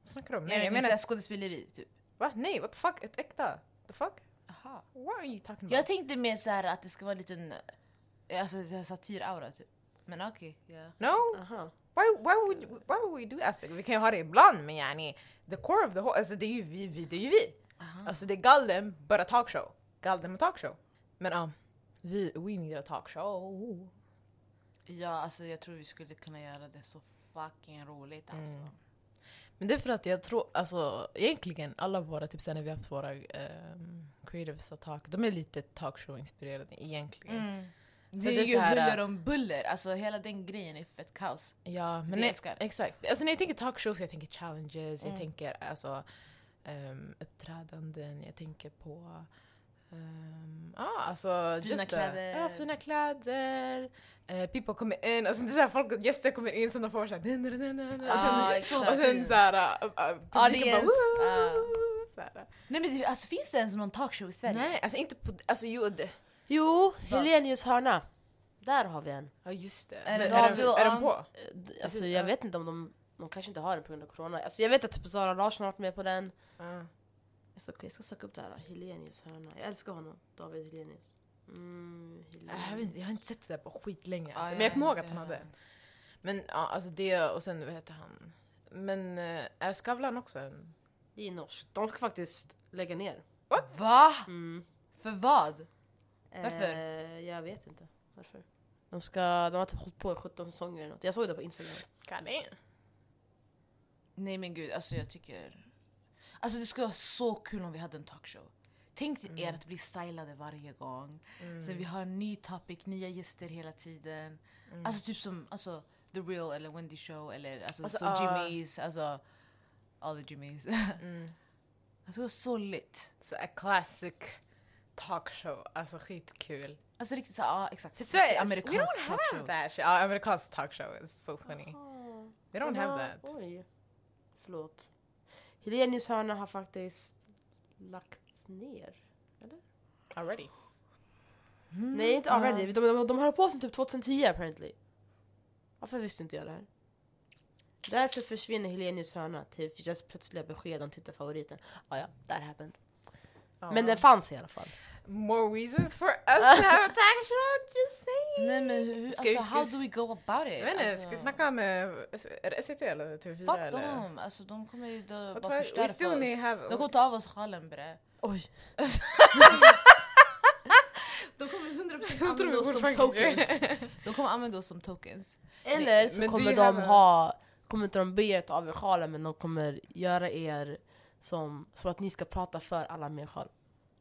Speaker 4: Snackar du om?
Speaker 3: Nej,
Speaker 4: Nej, jag
Speaker 3: så här
Speaker 4: menar...
Speaker 3: skådespeleri typ.
Speaker 4: Va? Nej, what the fuck? Ett äkta? The fuck?
Speaker 3: Aha.
Speaker 4: What are you talking about?
Speaker 3: Jag tänkte mer så här att det ska vara en liten eh, alltså, så här satiraura typ. Men okej. ja.
Speaker 4: No?
Speaker 1: Aha.
Speaker 4: Why, why, would, why would we do alltså, Vi kan ju ha det ibland men yani, the core of the whole, alltså det är ju vi, vi, det är ju vi. Alltså det är galden, bara talkshow. Galden med talkshow. Men ja, vi, we need a talkshow.
Speaker 3: Ja, alltså jag tror vi skulle kunna göra det så fucking roligt alltså.
Speaker 4: Mm.
Speaker 2: Men det är för att jag tror, alltså egentligen alla våra, typ sen när vi har haft våra ehm, creatives att talk, de är lite talkshow-inspirerade egentligen.
Speaker 4: Mm.
Speaker 3: Mm. Det,
Speaker 2: det
Speaker 3: är
Speaker 2: är
Speaker 3: ju
Speaker 2: så här, äh,
Speaker 3: huller om buller, alltså hela den grejen är fett kaos.
Speaker 2: Ja,
Speaker 3: Det
Speaker 2: men nej,
Speaker 3: älskar.
Speaker 2: exakt. Alltså när jag tänker talkshows, jag tänker challenges,
Speaker 3: Mm.
Speaker 2: jag tänker alltså ehm, uppträdanden, jag tänker på ehm, Ja, alltså
Speaker 3: Fina
Speaker 2: just det.
Speaker 3: kläder.
Speaker 2: Ja, fina kläder.
Speaker 4: Eh, people kommer in, alltså det är såhär folk, gäster kommer in sen de får såhär...
Speaker 3: Ah,
Speaker 4: och sen,
Speaker 3: exakt. Mm.
Speaker 4: och sen såhär... Uh, uh,
Speaker 3: Audience, ah.
Speaker 4: såhär.
Speaker 3: Nej men det, alltså finns det ens någon talkshow i Sverige?
Speaker 4: Nej, alltså inte på... Alltså jo, det...
Speaker 1: Jo, Helenius hörna. Där har vi en.
Speaker 4: Ja just det.
Speaker 3: Är
Speaker 4: Är,
Speaker 3: det um,
Speaker 4: är,
Speaker 3: David
Speaker 4: de- är de
Speaker 3: Alm?
Speaker 4: på?
Speaker 1: D- Alltså jag vet inte om de, de kanske inte har den på grund av corona. Alltså jag vet att typ Zara Larsson har varit med på den.
Speaker 4: Ja.
Speaker 1: Jag ska, jag ska söka upp det här, Helenius hörna. Jag älskar honom, David Helenius. Mm,
Speaker 2: Äh,
Speaker 4: Jag, vet, inte, jag har inte sett det där på skitlänge.
Speaker 3: Ja,
Speaker 4: Alltså.
Speaker 3: jag
Speaker 4: men jag kommer
Speaker 3: vet
Speaker 4: ihåg att han
Speaker 3: inte.
Speaker 4: hade. Men ja, alltså det och sen vad heter han?
Speaker 2: Men eh, är Skavlan också en...
Speaker 1: Det är norskt. De ska faktiskt lägga ner.
Speaker 3: Va?
Speaker 1: Mm.
Speaker 3: För vad? Varför?
Speaker 1: Eh, jag vet inte varför. De, ska, de har typ hållit på i 17 säsonger eller något. Jag såg det på Instagram.
Speaker 2: Kanin.
Speaker 3: Nej men gud, alltså jag tycker... Alltså det skulle vara så kul om vi hade en talkshow. Tänk till
Speaker 2: Mm.
Speaker 3: er att bli stylade varje gång. Sen vi har en ny topic, nya gäster hela tiden.
Speaker 2: Mm.
Speaker 3: Alltså typ som alltså, The Real eller Wendy Show eller alltså,
Speaker 2: Alltså,
Speaker 3: så
Speaker 2: ja.
Speaker 3: Jimmys, alltså... All the Jimmys. Alltså,
Speaker 2: Mm.
Speaker 3: Det skulle vara så lit.
Speaker 2: Så en classic talkshow, alltså skitkul.
Speaker 3: Alltså riktigt såhär, ja exakt.
Speaker 2: För
Speaker 3: Riktigt
Speaker 2: Sverige, we
Speaker 3: amerikansk
Speaker 2: don't have
Speaker 3: talkshow.
Speaker 2: that shit. Ja, amerikansk talkshow is so funny. We don't
Speaker 1: Ja,
Speaker 2: have that.
Speaker 1: Ah. Oj. Förlåt. Helenius hörna har faktiskt lagts ner.
Speaker 2: Already. Mm,
Speaker 1: Nej, inte already. De, de, de höll på sen typ 2010 apparently. Varför visste inte jag det här? Därför försvinner Helenius hörna till Fischers plötsliga besked om tittarfavoriten. Ah, ja, that happened. Men den fanns i alla fall.
Speaker 2: More reasons for us to have a talkshow, just saying!
Speaker 3: Nej men hur, alltså
Speaker 2: Ska vi- ska
Speaker 3: how
Speaker 2: vi-
Speaker 3: do we go about it?
Speaker 2: Jag vet inte,
Speaker 3: Alltså,
Speaker 2: ska vi snacka eh, med är det SVT eller TV4
Speaker 3: Fuck
Speaker 2: eller?
Speaker 3: dem! Alltså de kommer ju då
Speaker 2: What
Speaker 3: bara
Speaker 2: was-
Speaker 3: förstöra
Speaker 2: we still
Speaker 3: för
Speaker 2: need
Speaker 3: oss.
Speaker 2: have-
Speaker 3: De kommer ta av oss sjalen bre.
Speaker 1: Oj.
Speaker 3: De kommer 100%
Speaker 2: Jag tror
Speaker 3: använda oss som
Speaker 2: fortfarande-
Speaker 3: tokens. De kommer använda oss som tokens.
Speaker 1: Eller så
Speaker 2: men do
Speaker 1: kommer
Speaker 2: you
Speaker 1: de
Speaker 2: have a-
Speaker 1: ha, kommer inte de be er ta av er sjalen men de kommer göra er som, som att ni ska prata för alla med sjal.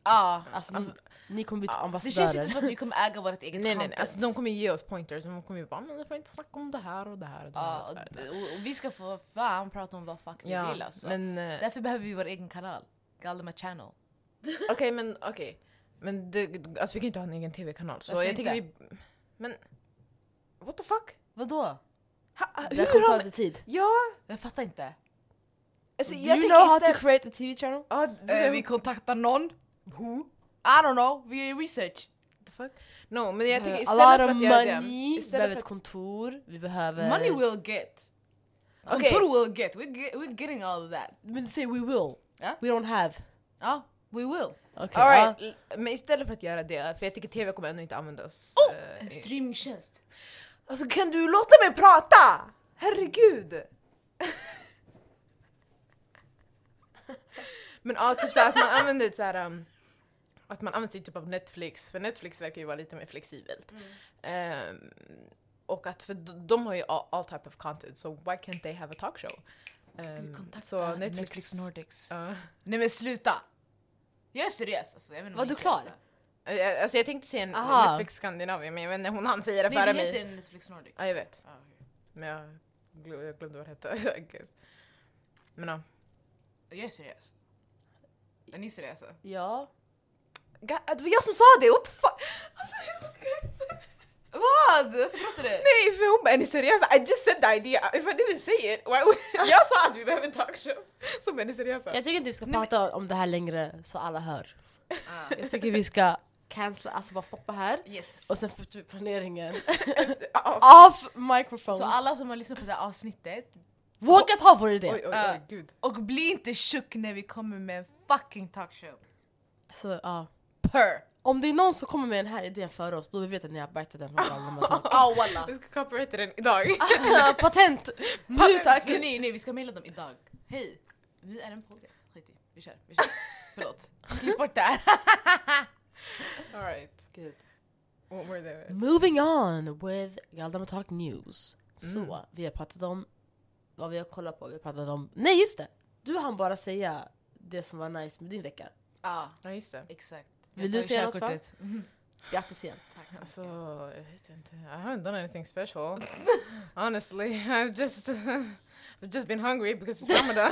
Speaker 3: Ja.
Speaker 1: Alltså, ni, ni kommer bli
Speaker 2: ja, det
Speaker 3: Det
Speaker 1: ambassadörer.
Speaker 3: känns inte som att vi kommer äga vårt eget
Speaker 2: alltså, Nej nej nej,
Speaker 3: content.
Speaker 2: alltså, de kommer ge oss pointers, men de kommer ju bara men ni får inte snacka om det här och det här och det här.
Speaker 3: Ja,
Speaker 2: och
Speaker 3: och
Speaker 2: det här.
Speaker 3: d- och, och vi ska få fan prata om vad fuck vi
Speaker 2: Ja,
Speaker 3: vill alltså.
Speaker 2: men eh,
Speaker 3: Därför behöver vi vår egen kanal. Galdemar channel.
Speaker 2: okej men okej. Men det, alltså vi kan ju inte ha en egen tv-kanal så
Speaker 3: Varför
Speaker 2: jag tänker vi...
Speaker 3: inte?
Speaker 2: Men... What the fuck?
Speaker 3: Vadå?
Speaker 2: Ha, ha,
Speaker 1: det här
Speaker 2: hur
Speaker 1: kommer ta
Speaker 2: har...
Speaker 1: lite tid.
Speaker 2: Ja!
Speaker 3: Jag fattar inte.
Speaker 2: Alltså,
Speaker 1: Do
Speaker 2: jag
Speaker 1: you
Speaker 2: tänker
Speaker 1: know how to
Speaker 2: istället-
Speaker 1: create a TV channel?
Speaker 2: Ja, det-
Speaker 3: vi kontaktar någon. Who? I don't know, vi gör research.
Speaker 2: What the fuck? No men jag tänker
Speaker 1: Eh,
Speaker 2: istället
Speaker 1: a
Speaker 2: för
Speaker 1: lot of
Speaker 2: att göra det...
Speaker 1: money, vi
Speaker 2: Istället
Speaker 1: behöver typ-
Speaker 2: för
Speaker 1: ett
Speaker 2: att...
Speaker 1: kontor, vi behöver...
Speaker 3: Money will get.
Speaker 2: Okej.
Speaker 3: Kontor will get. We're, ge- we're getting all of that.
Speaker 1: Men säg we will.
Speaker 3: Ja.
Speaker 1: We don't have.
Speaker 3: Ja, we will.
Speaker 1: Okay,
Speaker 2: All
Speaker 1: ja.
Speaker 2: right, l- men istället för att göra det, för jag tänker tv kommer ändå inte användas.
Speaker 1: Oh,
Speaker 2: eh,
Speaker 3: En
Speaker 2: i-
Speaker 3: streamingtjänst.
Speaker 2: Alltså kan du låta mig prata? Herregud! Men ja, typ såhär att man använder ett såhär... Um, att man använder sig typ av Netflix, för Netflix verkar ju vara lite mer flexibelt. Ehm, och att för de, de har ju all, all type of content, so why can't they have a talkshow?
Speaker 3: Ska vi
Speaker 2: Ehm,
Speaker 3: kontakta
Speaker 2: så
Speaker 3: Netflix,
Speaker 2: Netflix-
Speaker 3: Nordics?
Speaker 2: ja.
Speaker 3: Nej men sluta! Jag är seriös alltså. Jag vet inte
Speaker 1: Var
Speaker 3: om
Speaker 1: du
Speaker 3: jag är
Speaker 1: klar?
Speaker 3: seriös.
Speaker 2: Eh, Alltså jag tänkte säga en
Speaker 1: Aha.
Speaker 2: Netflix Skandinavien, men jag vet inte, hon hann säga det före
Speaker 3: Nej det
Speaker 2: mig.
Speaker 3: heter Netflix Nordic.
Speaker 2: Ja, jag vet.
Speaker 3: Ah, okej.
Speaker 2: Men jag, glö- jag glömde vad det hette. I guess. Men ja.
Speaker 3: Jag är seriös. Är ni seriösa?
Speaker 1: ja.
Speaker 2: Ga- Det var jag som sa det! What the fuck? Alltså, jag kan inte.
Speaker 3: Vad? Varför pratar du?
Speaker 2: Nej, för hon bara är ni seriösa? I just said the idea! If I didn't say it, why would... Jag sa att vi behöver en talkshow! Så är ni seriösa?
Speaker 1: Jag tycker inte vi ska prata om det här längre så alla hör.
Speaker 3: Ah.
Speaker 1: Jag tycker vi ska cancella, alltså bara stoppa här.
Speaker 3: Yes.
Speaker 1: Och sen fortsätter planeringen.
Speaker 2: Ja,
Speaker 1: Off microphone.
Speaker 3: Så alla som har lyssnat på det här avsnittet,
Speaker 1: Våga ta vår
Speaker 2: oj, oj,
Speaker 1: idé!
Speaker 2: oj, gud.
Speaker 3: och bli inte tjock när vi kommer med en fucking talkshow.
Speaker 1: Så, ja.
Speaker 3: Per!
Speaker 1: Om det är någon som kommer med den här idén för oss, då vet vi att ni har bajtat den från Galdemar Talk.
Speaker 3: Ah walla!
Speaker 2: Vi ska copyrighta den idag.
Speaker 1: Patent!
Speaker 3: Nu tack! Nej nej vi ska mejla dem idag. Hej! Vi är en podd. Skit i, vi kör. Vi kör. Förlåt. Klipp bort det här.
Speaker 2: Alright.
Speaker 1: Gud.
Speaker 2: What were the...
Speaker 1: Moving on with Galdemar Talk News. Så, vi har pratat om vad vi har kollat på, vi har pratat om... Nej just det! Du hann bara säga det som var nice med din vecka.
Speaker 3: Ah,
Speaker 2: Ja, just det.
Speaker 3: exakt. Jag
Speaker 1: Vill du
Speaker 3: tar
Speaker 1: säga något,
Speaker 3: körkortet. Mhm.
Speaker 1: Grattis igen.
Speaker 3: Tack så
Speaker 2: Alltså,
Speaker 3: mycket.
Speaker 2: jag vet inte. I haven't done anything special. Honestly, I've just... I've just been hungry because it's Ramadan.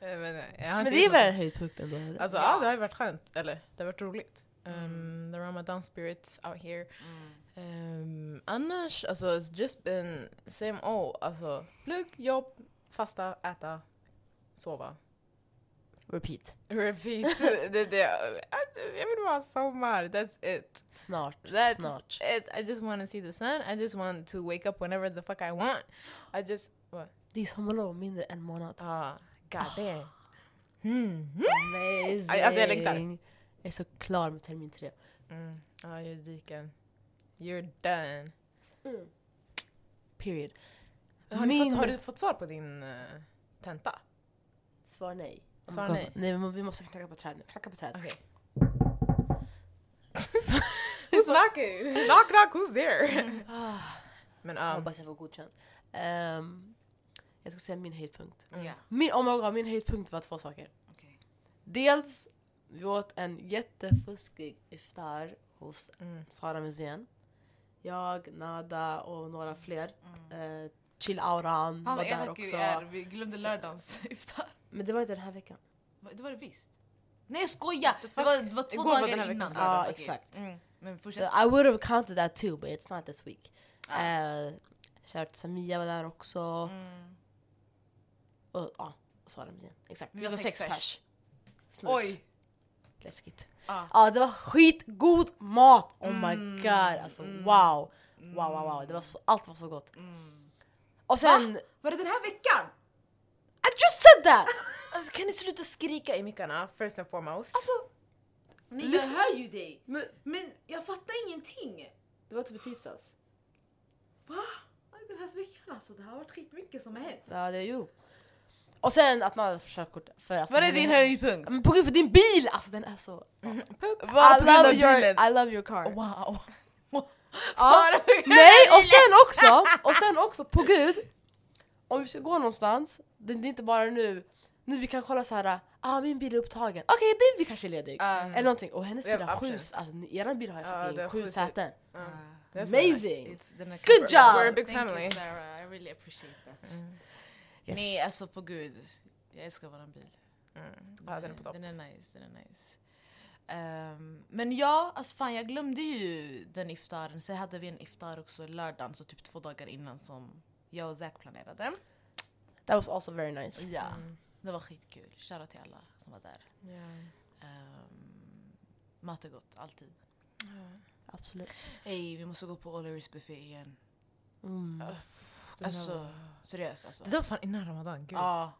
Speaker 2: Eh, Men, eh, jag har
Speaker 1: Men
Speaker 2: inte
Speaker 1: det er är
Speaker 2: gjort
Speaker 1: väl en höjdpunkt ändå? eller?
Speaker 2: Alltså ja.
Speaker 3: Ja.
Speaker 2: det har ju varit skönt, eller det har varit roligt.
Speaker 1: Mm.
Speaker 2: Um, the Ramadan spirits out here.
Speaker 3: Mm.
Speaker 2: Um, annars, alltså it's just been same old. Alltså plugg, jobb, fasta, äta, sova.
Speaker 1: Repeat.
Speaker 2: Repeat. det, det, jag vill bara ha sommar, that's it.
Speaker 1: Snart.
Speaker 2: That's
Speaker 1: Snart.
Speaker 2: it. I just want to see the sun, I just want to wake up whenever the fuck I want. I just, what?
Speaker 1: Det är sommarlov om mindre än en månad.
Speaker 2: Ah, god damn. Mm.
Speaker 1: Amazing!
Speaker 2: Alltså, jag längtar.
Speaker 1: Jag är så klar med termin tre.
Speaker 2: Mm. Ah,
Speaker 1: Mm.
Speaker 2: juridiken. You're done.
Speaker 1: Period.
Speaker 2: Har, du
Speaker 5: Min-
Speaker 2: fått, har du fått svar på din eh, tenta?
Speaker 1: Svar nej.
Speaker 2: Svar
Speaker 3: Gav-
Speaker 2: nej?
Speaker 1: Nej men vi måste knacka på träd nu. Knacka på träd.
Speaker 2: Okej. Who's knocking? knock knock, who's there?
Speaker 1: Ah,
Speaker 2: Men ja,
Speaker 1: Hoppas jag får godkänt. Ehm, jag ska säga min höjdpunkt.
Speaker 3: Ja.
Speaker 1: Min, oh my God, min höjdpunkt var två saker.
Speaker 3: Okej.
Speaker 1: Dels, vi åt en jättefuskig iftar hos
Speaker 2: Mm.
Speaker 1: Sara Musean. Jag, Nada och några fler. Eh, Chill Auran
Speaker 3: Mm. Han
Speaker 1: var
Speaker 3: var
Speaker 1: där
Speaker 3: elak
Speaker 1: också.
Speaker 3: vi är, vi glömde lördagens iftar.
Speaker 1: Men det var inte den här veckan.
Speaker 3: Va, Det var det visst. Nej jag skojar! Det var, det var två
Speaker 2: Igår var den här
Speaker 3: dagar innan.
Speaker 2: veckans
Speaker 1: lördag.
Speaker 3: Okej.
Speaker 1: exakt.
Speaker 3: Mm. Men fortsätt.
Speaker 1: So I would have counted that too but it's not this week. Eh, Shoutout Samia var där också.
Speaker 3: Mm.
Speaker 1: Och ja, och Sara Musean. Exakt.
Speaker 3: Vi var sex pers.
Speaker 1: Smurf.
Speaker 3: Oj!
Speaker 1: Läskigt.
Speaker 3: Ah.
Speaker 1: Ja det var skitgod mat! Oh
Speaker 3: Mm.
Speaker 1: my god alltså wow. Wow wow wow, det var så, allt var så gott.
Speaker 3: Mm.
Speaker 1: Och sen...
Speaker 3: Var det den här veckan?
Speaker 1: I just said that!
Speaker 2: alltså, kan ni sluta skrika i mickarna first and foremost?
Speaker 1: Alltså,
Speaker 6: Men
Speaker 1: Lyssna-
Speaker 6: jag hör ju dig!
Speaker 1: Men-
Speaker 6: Men, jag fattar ingenting!
Speaker 1: det var typ i tisdags.
Speaker 6: Va? Vad är Den här veckan alltså, det har varit skitmycket som har hänt.
Speaker 1: Ja det gjorde Och sen att man hade fått körkort för alltså,
Speaker 3: Var det
Speaker 2: Mm.
Speaker 3: din höjdpunkt?
Speaker 1: Men på grund av din bil! Alltså den är så...
Speaker 2: Pup.
Speaker 1: I love, your, I love your car.
Speaker 3: Wow.
Speaker 2: Mm.
Speaker 1: Ja. Oh Nej, och sen också, och sen också, på gud, om vi ska gå någonstans, det det är inte bara nu, nu vi kan kolla så här, ah min bil är upptagen, okej den vi kanske är ledig. Eller någonting, och hennes
Speaker 2: We
Speaker 1: bil
Speaker 2: have
Speaker 1: har sju,
Speaker 2: options.
Speaker 1: alltså ni- eran bil har ju
Speaker 2: Ja,
Speaker 1: fucking
Speaker 2: det har
Speaker 1: sju
Speaker 2: sju
Speaker 1: säten.
Speaker 2: Uh, That's
Speaker 1: Amazing!
Speaker 3: Good
Speaker 1: Good job!
Speaker 2: We're a big
Speaker 3: Thank
Speaker 2: family. Mm.
Speaker 3: you Sarah, I really appreciate that.
Speaker 1: Yes.
Speaker 3: Nej alltså på gud, jag älskar våran bil.
Speaker 2: Mm. Ja, den är på topp.
Speaker 3: Den är nice, den är nice. Ehm, men ja, alltså fan jag glömde ju den iftaren. Sen hade vi en iftar också lördagen, så typ två dagar innan som jag och Zack planerade. Mm.
Speaker 1: That was also very nice.
Speaker 3: Ja,
Speaker 2: Mm.
Speaker 3: det var skitkul. Shoutout till alla som var där. Ehm, mat är gott, alltid.
Speaker 1: Absolut.
Speaker 3: Hej, vi måste gå på O'Learys buffé igen.
Speaker 1: Mm.
Speaker 2: Den
Speaker 3: Alltså,
Speaker 2: var-
Speaker 3: seriöst alltså.
Speaker 2: Det där var fan innan ramadan, gud.
Speaker 3: Ja,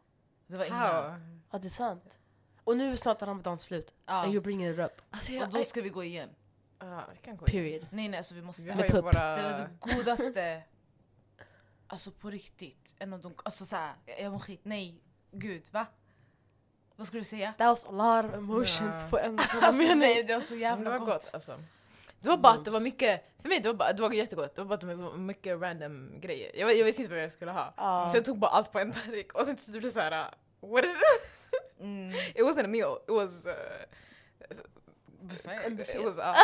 Speaker 3: det var innan.
Speaker 2: How?
Speaker 1: Ja det är sant. Och nu är snart ramadan slut,
Speaker 3: Ja.
Speaker 1: and you're bringing it up.
Speaker 3: Och då ska vi gå igen.
Speaker 2: Ja, vi kan gå in.
Speaker 1: Period.
Speaker 3: Nej nej alltså vi måste.
Speaker 2: Vi har ju
Speaker 1: pupp.
Speaker 2: våra...
Speaker 3: Det var det godaste, alltså på riktigt. En av de, alltså såhär, jag jag mår skit, nej, gud va? Vad skulle du säga?
Speaker 1: That was a lot of emotions
Speaker 2: Ja.
Speaker 1: på en samma
Speaker 3: Alltså
Speaker 1: mening.
Speaker 3: nej, det var så
Speaker 2: Men det
Speaker 3: jävla
Speaker 2: var
Speaker 3: gott.
Speaker 2: gott. alltså. Det var bara att det var mycket, för mig det var, bara, det var jättegott, det var bara att det var mycket random grejer. Jag, jag visste inte vad jag skulle ha.
Speaker 1: Ja.
Speaker 2: Så jag tog bara allt på en tallrik och sen så det blev såhär, what is it?
Speaker 3: Mm.
Speaker 2: It wasn't a meal, it was... Uh,
Speaker 3: En
Speaker 2: it
Speaker 3: buffé.
Speaker 2: was uh,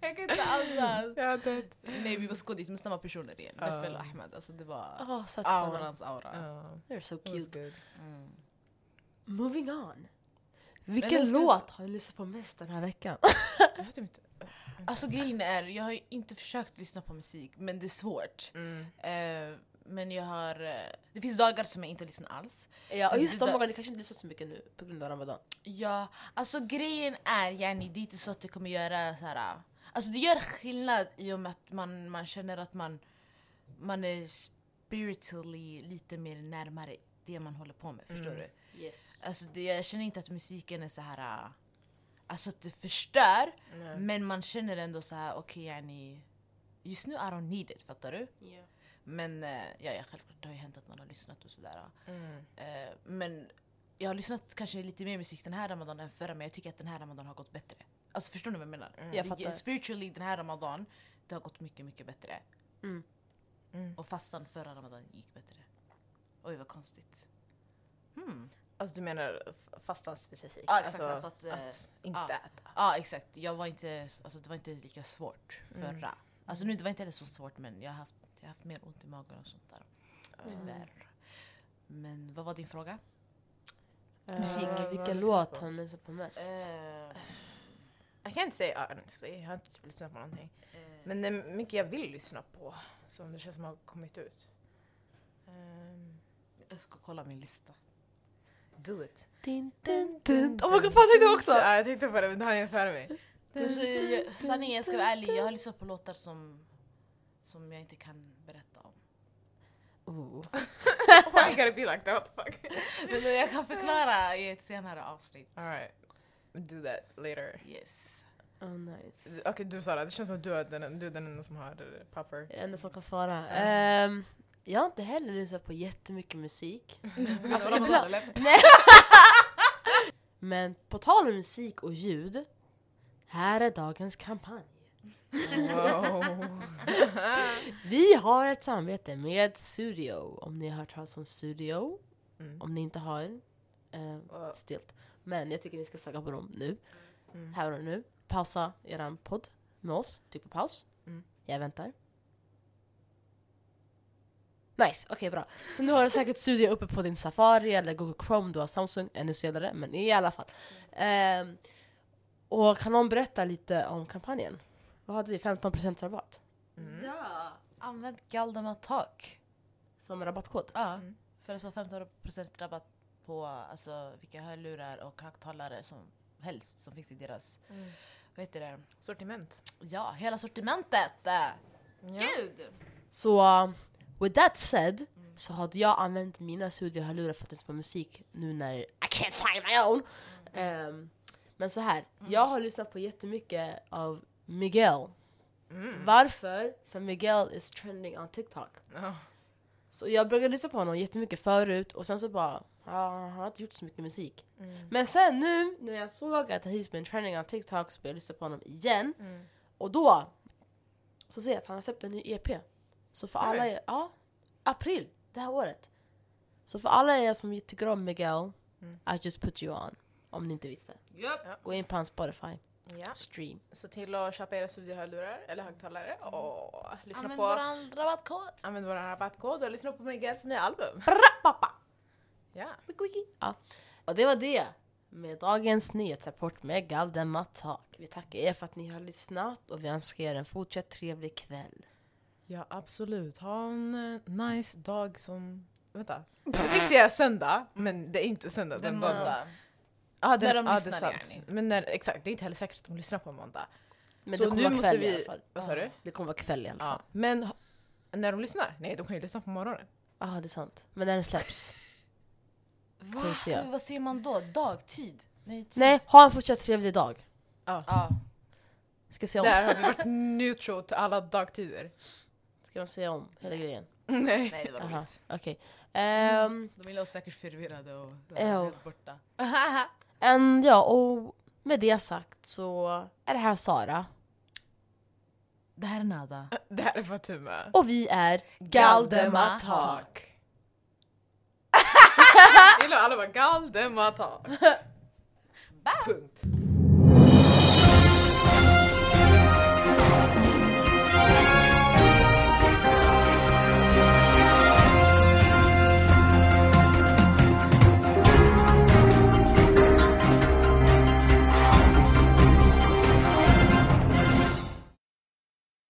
Speaker 3: Jag kan inte andas.
Speaker 2: jag hade ett,
Speaker 3: nej vi måste gå dit med samma personer igen,
Speaker 2: Ja.
Speaker 3: Rafael och Ahmed. Alltså det var
Speaker 1: Oh, such someone.
Speaker 3: aurans aura.
Speaker 2: uh,
Speaker 1: They're so
Speaker 2: it was
Speaker 1: cute.
Speaker 2: good.
Speaker 3: Mm.
Speaker 1: Moving on.
Speaker 3: Eller
Speaker 1: Vilken
Speaker 3: ska vi-
Speaker 1: låt har ni lyssnat på mest den här veckan?
Speaker 2: Jag vet inte.
Speaker 3: Alltså grejen är, jag har ju inte försökt lyssna på musik men det är svårt.
Speaker 2: Mm.
Speaker 3: Eh, men jag har, eh, det finns dagar som jag inte lyssnar alls.
Speaker 1: Ja, och
Speaker 3: Så
Speaker 1: just
Speaker 3: det-
Speaker 1: de dagarna, ni kanske inte lyssnar så mycket nu på grund av ramadan.
Speaker 3: Ja, alltså grejen är Jenny, det är inte så att det kommer göra så här. Alltså det gör skillnad i och med att man, man känner att man, man är spiritually lite mer närmare det man håller på med, förstår du?
Speaker 1: Yes.
Speaker 3: Alltså det, jag känner inte att musiken är så här. äh, alltså att det förstör,
Speaker 2: Nej.
Speaker 3: men man känner ändå så här, okej Jenny, just nu I don't need it, fattar du? Men eh, ja, ja, självklart, det har ju hänt att man har lyssnat och sådär.
Speaker 2: Mm.
Speaker 3: Eh, men jag har lyssnat kanske lite mer musik den här ramadan än förra men jag tycker att den här ramadan har gått bättre. Alltså förstår ni vad jag menar?
Speaker 1: Jag
Speaker 3: Det-
Speaker 1: fattar.
Speaker 3: Spiritually den här ramadan, det har gått mycket mycket bättre.
Speaker 1: Mm.
Speaker 2: Mm.
Speaker 3: Och fastan förra ramadan gick bättre. Oj vad konstigt. Hmm.
Speaker 2: Alltså du menar f- fastan specifikt?
Speaker 3: Ja, exakt, alltså att, eh,
Speaker 2: inte
Speaker 3: ja.
Speaker 2: äta.
Speaker 3: Ja exakt, jag var inte, alltså, det var inte lika svårt förra. Alltså nu det var inte heller så svårt men jag har haft, jag har haft mer ont i magen och sånt där. Tyvärr. Men vad var din fråga?
Speaker 1: Musik.
Speaker 2: Eh, vad har
Speaker 1: vilken
Speaker 2: ni
Speaker 1: låt
Speaker 2: lyssnat på?
Speaker 1: har ni lyssnat på Eh, mest?
Speaker 3: Eh,
Speaker 2: I can't say honestly, jag har inte typ lyssnat på någonting. Men det är mycket jag vill lyssna på som det känns som har kommit ut. Ehm,
Speaker 3: Jag ska kolla min lista.
Speaker 2: do it.
Speaker 1: Din, din, din. Oh my god, fan jag tänkte också!
Speaker 2: Ja, jag tänkte på det, men du hann ju före mig.
Speaker 3: Alltså, jag- jag- Sanningen, jag ska vara ärlig, jag har lyssnat på låtar som, som jag inte kan berätta om.
Speaker 1: Oh,
Speaker 2: Why you gotta be like that? What the fuck?
Speaker 3: Men då, jag kan förklara i ett senare avsnitt.
Speaker 2: Alright, do that later.
Speaker 3: Yes.
Speaker 1: Oh, nice.
Speaker 2: Okej du Sara, det känns som att du är den, du är den enda som har eh, papper.
Speaker 1: Jag är enda som kan svara. Ehm, jag har inte heller lyssnat på jättemycket musik. Alltså,
Speaker 3: Ramadan,
Speaker 1: ibland-
Speaker 3: eller?
Speaker 1: Nej. Men på tal om musik och ljud, här är dagens kampanj.
Speaker 2: Wow.
Speaker 1: Vi har ett samarbete med Studio. Om ni har hört talas om Studio,
Speaker 2: Mm.
Speaker 1: om ni inte har, eh,
Speaker 2: Wow.
Speaker 1: stilt. Men jag tycker ni ska söka på dem nu.
Speaker 2: Mm.
Speaker 1: Här och nu. Pausa eran podd med oss. Tryck på paus.
Speaker 2: Mm.
Speaker 1: Jag väntar. Nice, okej bra. Så nu har du säkert Studio uppe på din Safari eller Google Chrome, du har Samsung, ännu senare, men i alla fall. Ehm, och kan någon berätta lite om kampanjen? Vad hade vi? 15% rabatt?
Speaker 7: Ja!
Speaker 3: Använd Galdem Attack.
Speaker 1: Som en rabattkod?
Speaker 3: Ja, Mm. för att få 15% rabatt på alltså, vilka hörlurar och högtalare som helst som finns i deras... Vad heter det?
Speaker 2: Sortiment.
Speaker 3: Ja, hela sortimentet! eh.
Speaker 7: Gud!
Speaker 1: Så uh, with that said så hade jag använt mina studiohörlurar för att lyssna på musik nu när I can't find my own. Ehm, men så här, jag har lyssnat på jättemycket av Miguel. Varför? För Miguel is trending on TikTok.
Speaker 2: Ja.
Speaker 1: Så jag brukade lyssna på honom jättemycket förut och sen så bara, ah, han har inte gjort så mycket musik. Men sen nu, när jag såg att he's been trending on TikTok så började jag lyssna på honom igen. Och då, så ser jag att han har släppt en ny E EP. Så för alla er, ja, april det här året. Så för alla er som tycker om Miguel,
Speaker 2: Mm.
Speaker 1: I just put you on. Om ni inte visste. Gå in på hans Spotify,
Speaker 2: Ja.
Speaker 1: stream.
Speaker 2: Se till att köpa era studiehörlurar eller högtalare och lyssna
Speaker 3: Mm. Använd
Speaker 2: på...
Speaker 3: våran rabattkod!
Speaker 2: Använd vår rabattkod och lyssna på Miguels nya album.
Speaker 1: Pappa!
Speaker 2: Ja.
Speaker 1: Ja. Och det var det med dagens nyhetsrapport med Galden Matak. Vi tackar er för att ni har lyssnat och vi önskar er en fortsatt trevlig kväll.
Speaker 8: Ja absolut, ha en eh, nice dag som...
Speaker 2: Vänta. Nu tänkte jag söndag, men det är inte söndag
Speaker 3: Den
Speaker 2: den dagen.
Speaker 3: måndag.
Speaker 2: Ja,
Speaker 3: När de
Speaker 2: ja,
Speaker 3: lyssnar,
Speaker 2: det är sant.
Speaker 3: yani.
Speaker 2: Men när, exakt, det är inte heller säkert att de lyssnar på måndag.
Speaker 1: Men
Speaker 2: Så
Speaker 1: det kommer
Speaker 2: nu
Speaker 1: vara
Speaker 2: måste
Speaker 1: kväll
Speaker 2: vi-
Speaker 1: i alla fall.
Speaker 2: Vad sa du?
Speaker 1: Det kommer vara kväll i alla fall.
Speaker 2: Ja. Men ha- när de lyssnar? Nej, de kan ju lyssna på morgonen.
Speaker 1: Ja, det är sant. Men när den släpps.
Speaker 3: Va?
Speaker 1: Tänkte jag.
Speaker 3: Men Vad säger man då? Dagtid? Nej, tid.
Speaker 1: Nej, ha en fortsatt trevlig dag.
Speaker 3: Ja.
Speaker 1: Ska se om.
Speaker 2: Där har vi varit neutral till alla dagtider.
Speaker 1: Ska man säga om hela grejen?
Speaker 2: Nej.
Speaker 3: Nej, det var
Speaker 1: Jaha,
Speaker 3: roligt.
Speaker 1: okej. Ehm,
Speaker 3: De vill oss säkert förvirrade och
Speaker 1: Ja.
Speaker 3: helt borta.
Speaker 1: en- ja, och med det sagt så är det här Sara.
Speaker 3: Det här är Nada.
Speaker 2: Det här är Fatuma.
Speaker 1: Och vi är
Speaker 3: Galdemar
Speaker 1: Galdematak.
Speaker 2: Gillar alla bara Galdematak. Punkt.